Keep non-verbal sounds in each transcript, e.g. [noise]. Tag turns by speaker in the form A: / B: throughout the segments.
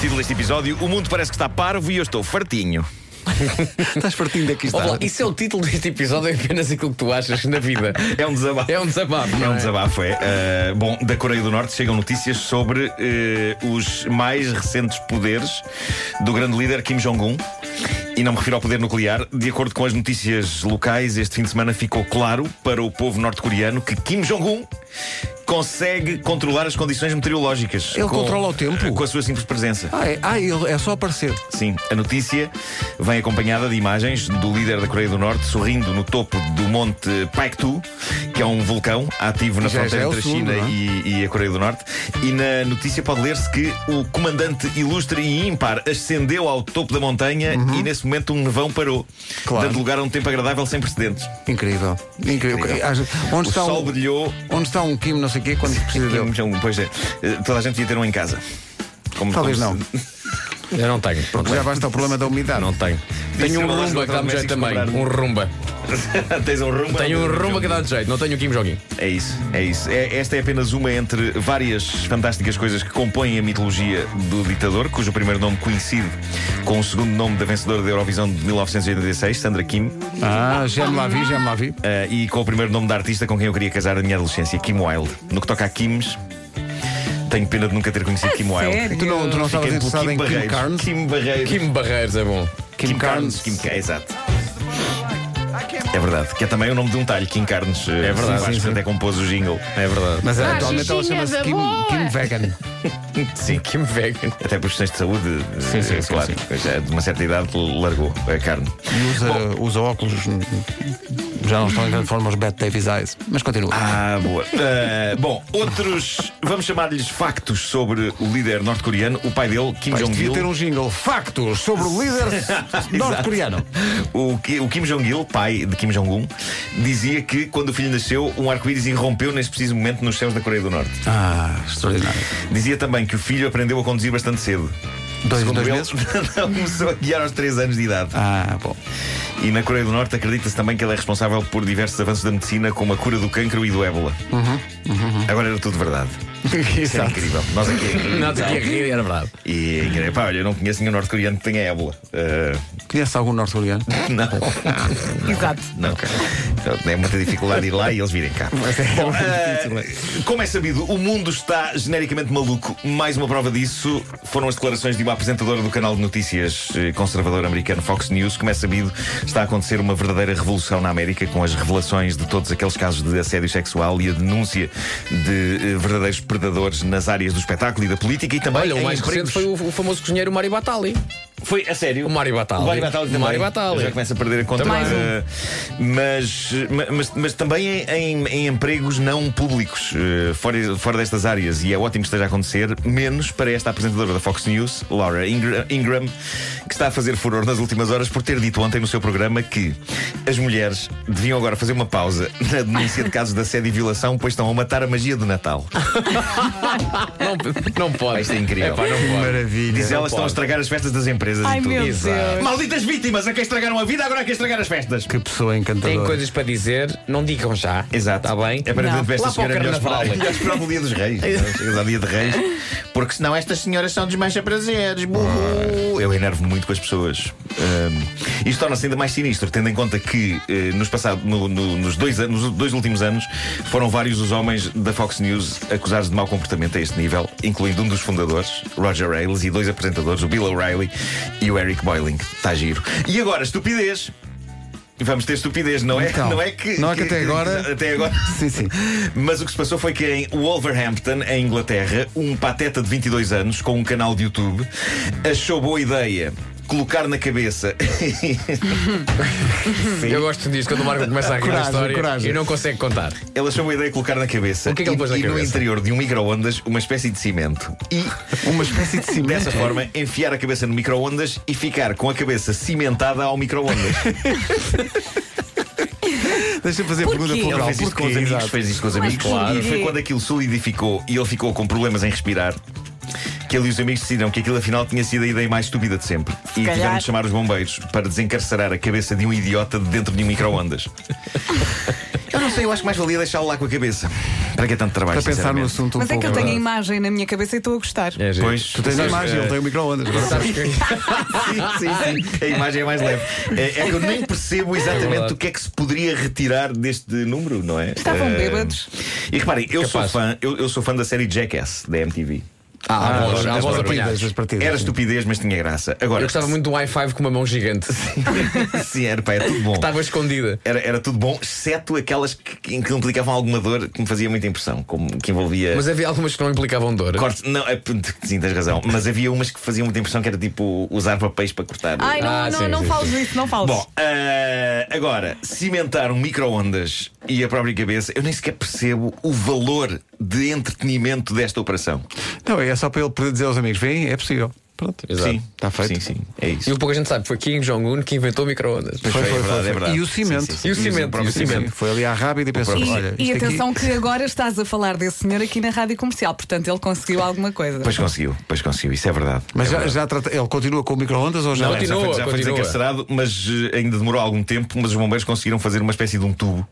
A: Título deste episódio: O mundo parece que está parvo e eu estou fartinho.
B: Estás partindo daqui está.
C: Olá, isso é o título deste episódio, é apenas aquilo que tu achas na vida.
A: É um desabafo.
C: É um desabafo,
A: É
C: não
A: um
C: é?
A: desabafo, é. Ah, bom, da Coreia do Norte chegam notícias sobre eh, os mais recentes poderes do grande líder Kim Jong-un. E não me refiro ao poder nuclear. De acordo com as notícias locais, este fim de semana ficou claro para o povo norte-coreano que Kim Jong-un consegue controlar as condições meteorológicas.
B: Ele controla o tempo?
A: Com a sua simples presença.
B: Ah, é, ah, ele é só aparecer.
A: Sim, a notícia vem acompanhada de imagens do líder da Coreia do Norte sorrindo no topo do monte Paektu, que é um vulcão ativo na
B: Já- já
A: fronteira
B: é o
A: entre a
B: sul,
A: China
B: não é?
A: e, e a Coreia do Norte. E na notícia pode ler-se que o comandante ilustre e ímpar ascendeu ao topo da montanha e nesse momento um nevão parou,
B: Uhum. Claro.
A: dando lugar a um tempo agradável sem precedentes.
B: Incrível. Incrível.
A: Incrível.
B: Às- Onde,
A: o
B: está
A: sol
B: um,
A: brilhou.
B: onde está um Kim, não sei o quê, quando precisa dele?
A: Pois é, eh, toda a gente ia ter um em casa. Como-
B: Talvez
A: como
B: não.
A: se- [laughs]
C: Eu não tenho. Pronto,
B: Já basta o problema da umidade.
C: não tenho.
A: Disse
C: Tenho um
A: o Alonso
C: rumba que dá-me jeito também.
A: comprar um-
C: Um rumba.
A: Tens um rumo.
C: Tenho um rumba que dá-me jeito, não tenho o Kim Jong-un.
A: É isso, é isso. É- esta é apenas uma entre várias fantásticas coisas que compõem a mitologia do ditador, cujo primeiro nome coincide com o segundo nome da vencedora da Eurovisão de 1986, Sandra Kim,
B: Ah, já me lá vi, já me lá vi.
A: eh, e com o primeiro nome da artista com quem eu queria casar na minha adolescência, Kim Wilde. No que toca a Kims, tenho pena de nunca ter conhecido Kim Wilde.
D: sério?
B: Tu não, tu não estavas
A: Fiquei pelo
B: interessado em Kim
A: Barreiros.
B: Carnes?
A: um Kim Barreiros.
C: Kim Barreiros é bom. [laughs]
A: Kim Carnes. Kim Ca- exato. É verdade, que é também o nome de um talho, Kim Carnes. É
C: verdade, sim, sim.
A: até compôs o jingle.
C: É verdade.
B: Mas eh,
D: Ah,
B: atualmente ela
D: Xixinha
B: chama-se
D: da
B: Kim,
D: boa.
B: Kim Vegan.
C: Sim, Kim Vegan.
A: Até por questões de saúde, sim,
C: sim,
A: sim,
C: sim,
A: claro. Já de uma certa idade largou a carne.
B: E usa, usa óculos. Já não estão em grande forma os Bette Davis Eyes. Mas continua.
A: Ah, [laughs] boa. Ah, bom, outros, vamos chamar-lhes factos sobre o líder norte-coreano, o pai dele, Kim
B: Isto devia
A: Jong-il.
B: ter um jingle. Factos sobre
A: [laughs]
B: o líder norte-coreano.
A: O, Ki- o Kim Jong-il, pai de Kim Jong-un, dizia que quando o filho nasceu, um arco-íris irrompeu nesse preciso momento nos céus da Coreia do Norte.
B: Ah, extraordinário.
A: Dizia também que o filho aprendeu a conduzir bastante cedo.
B: Dois,
A: Segundo
B: dois
A: ele, [laughs]
B: meses?
A: começou a guiar aos 3 anos de idade.
B: Ah, bom.
A: E na Coreia do Norte acredita-se também que ele é responsável por diversos avanços da medicina, como a cura do cancro e do ébola. Agora era tudo verdade. Isso era incrível. Nós aqui.
C: Não, tenho que rir, era verdade.
A: E é incrível. Pá, olha, eu não conheço nenhum norte-coreano que tenha ébola. Ah,
B: Conhece
A: [laughs]
B: algum norte-coreano?
A: não. [laughs] Exato. Não. Então, É muita dificuldade ir lá e eles virem [laughs] cá. Bom, ah, como é sabido, o mundo está genericamente maluco. Mais uma prova disso foram as declarações de uma apresentadora do canal de notícias eh, conservador americano Fox News. Como é sabido, está a acontecer uma verdadeira revolução na América com as revelações de todos aqueles casos de assédio sexual e a denúncia de eh, verdadeiros predadores nas áreas do espetáculo e da política e também
C: Olha,
A: em
C: o mais
A: empregos.
C: recente foi o, o famoso cozinheiro Mário Batali.
A: Foi, a sério?
C: O Mário Batali.
A: O Mário Batali também.
C: O Mário Batali.
A: Já começa a perder a conta.
C: Também.
A: eh, mas, ma- mas, mas também em, em empregos não públicos, eh, fora, fora destas áreas. E é ótimo que esteja a acontecer, menos para esta apresentadora da Fox News, Laura Ingra- Ingram, que está a fazer furor nas últimas horas por ter dito ontem no seu programa que as mulheres deviam agora fazer uma pausa na denúncia de casos de assédio e violação, pois estão a matar a magia do Natal.
C: Ah, Não, não pode.
A: Isto é incrível.
C: Epá, não pode.
B: Maravilha.
A: Diz elas estão a
C: pode.
A: estragar as festas das empresas
D: Ai,
A: e tudo.
D: meu
A: Exato.
D: Deus.
A: Malditas vítimas, a quem estragaram a vida, agora há quem estragar as festas.
B: Que pessoa encantadora.
C: Tem coisas para dizer, não digam já.
A: Exato.
B: Tá
C: Está bem?
A: Aparentemente para esta
C: Lá para o
A: senhora é melhor
C: carnaval.
A: esperar, melhor esperar pelo dia dos reis.
B: [laughs]
A: não? Chegas ao dia de reis. Porque senão estas senhoras são dos mais prazeres. Burro. Ah, Eu enervo muito com as pessoas. Ahm, isto torna-se ainda mais sinistro, tendo em conta que eh, nos, passado, no- no- nos, dois, an- nos dois últimos anos foram vários os homens da Fox News acusados de mau comportamento a este nível, incluindo um dos fundadores, Roger Ailes, e dois apresentadores, o Bill O'Reilly e o Eric Boiling. Está giro. E agora, estupidez. Vamos ter estupidez, não é?
B: Então,
A: não é que,
B: não é que até agora-
A: Até agora.
B: Sim, sim.
A: Mas o que se passou foi que em Wolverhampton, em Inglaterra, um pateta de 22 anos com um canal de YouTube achou boa ideia colocar na cabeça. [laughs]
C: Eu gosto disto quando o Marco começa a rir da
B: Coragem,
C: história
B: coragem.
C: e não consegue contar.
A: Ele achou boa ideia colocar na cabeça.
C: O que é que ele
A: e,
C: pôs na
A: e no
C: cabeça?
A: interior de um micro-ondas uma espécie de cimento.
C: [laughs]
A: E
B: Uma
A: [laughs]
B: espécie de cimento.
A: dessa forma enfiar a cabeça no micro-ondas e ficar com a cabeça cimentada ao micro-ondas.
B: Deixa-me fazer a
D: Porquê?
B: pergunta
A: Ele
B: plural.
A: fez isto com os
B: Porquê?
A: amigos,
B: Exato.
A: fez isto com os
D: Mas
A: amigos.
D: porquê?
A: E foi quando aquilo solidificou e ele ficou com problemas em respirar. Que ele e os amigos decidiram que aquilo afinal tinha sido a ideia mais estúpida de sempre. e
D: calhar.
A: tiveram de chamar os bombeiros para desencarcerar a cabeça de um idiota de dentro de um micro-ondas. Eu não sei, eu acho que mais valia deixá-lo lá com a cabeça. Para que é tanto trabalho?
B: Para pensar no
A: sinceramente?
B: assunto um
D: Mas é
B: pouco.
D: que eu tenho a imagem na minha cabeça e estou a gostar.
C: É, giro.
A: Pois,
B: Tu tens a
A: sabes,
B: imagem,
A: eh,
B: ele tem o micro-ondas.
C: Sabes que
A: [laughs] sim, sim, sim. A imagem é mais leve. É, é que eu nem percebo exatamente
C: verdade.
A: o que é que se poderia retirar deste número, não é?
D: Estavam
A: Eh,
D: bêbados.
A: E reparem, eu sou,
C: Capaz.
A: fã, eu, eu sou fã da série Jackass da MTV.
B: Ah,
C: Ah,
B: bolas,
C: bolas,
B: há bolas
C: bolas
B: partidas, das partidas.
A: Era estupidez, mas tinha graça. Agora,
C: Eu gostava muito de um i5 com uma mão gigante.
A: [laughs] sim, era, pá, é tudo bom.
C: Estava escondida.
A: Era, era tudo bom, exceto aquelas que, que- em que implicavam alguma dor que me fazia muita impressão, como que envolvia.
C: Mas havia algumas que não implicavam dor.
A: Corte, não, é, sim, tens razão. Mas havia umas que faziam muita impressão que era tipo usar papéis para cortar.
D: Ai, não,
C: Ah,
D: não,
C: sim,
D: não
C: sim,
D: fales isso, não fales.
A: Bom, ah, agora, cimentar um micro-ondas e a própria cabeça, eu nem sequer percebo o valor de entretenimento desta operação.
B: Não, é só para ele poder dizer aos amigos: vem, é possível. Pronto.
C: Exato.
A: Sim,
B: Está Tá feito.
A: Sim, sim, é isso.
C: E o pouco a gente sabe, foi Kim Jong-un que inventou micro-ondas.
A: Pois
B: foi,
A: é
B: foi,
A: verdade, é
B: foi.
A: verdade.
B: E o cimento.
A: Sim, sim, sim.
C: E o cimento,
A: próprio
C: e o cimento.
B: Sim, Foi ali à rábida e pensou:
A: próprio-
B: olha,
D: E, e
B: isto aqui-
D: atenção que agora estás a falar desse senhor aqui na rádio comercial, portanto ele conseguiu alguma coisa.
A: Pois conseguiu, pois conseguiu, isso é verdade.
B: Mas
A: É
B: já,
A: verdade.
B: já trata- ele continua com o micro-ondas ou já é?
A: Não,
C: Continua.
A: já foi, já foi
C: continua.
A: desencarcerado, mas eh, ainda demorou algum tempo. Mas os bombeiros conseguiram fazer uma espécie de um
B: [laughs]
A: tubo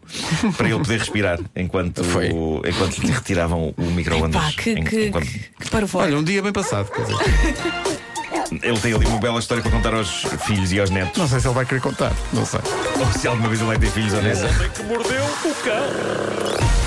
A: para ele poder respirar enquanto,
C: Foi.
A: enquanto lhe retiravam o micro-ondas.
D: Pá, que,
A: En-
D: que,
A: enquanto-
D: que, que parvoíce.
B: Olha, um dia bem passado. quer dizer.
A: Ele tem ali uma bela história para contar aos filhos e aos netos.
B: Não sei se ele vai querer contar. Não sei.
A: Ou se alguma vez ele vai ter filhos ou não.
E: homem que mordeu o cão.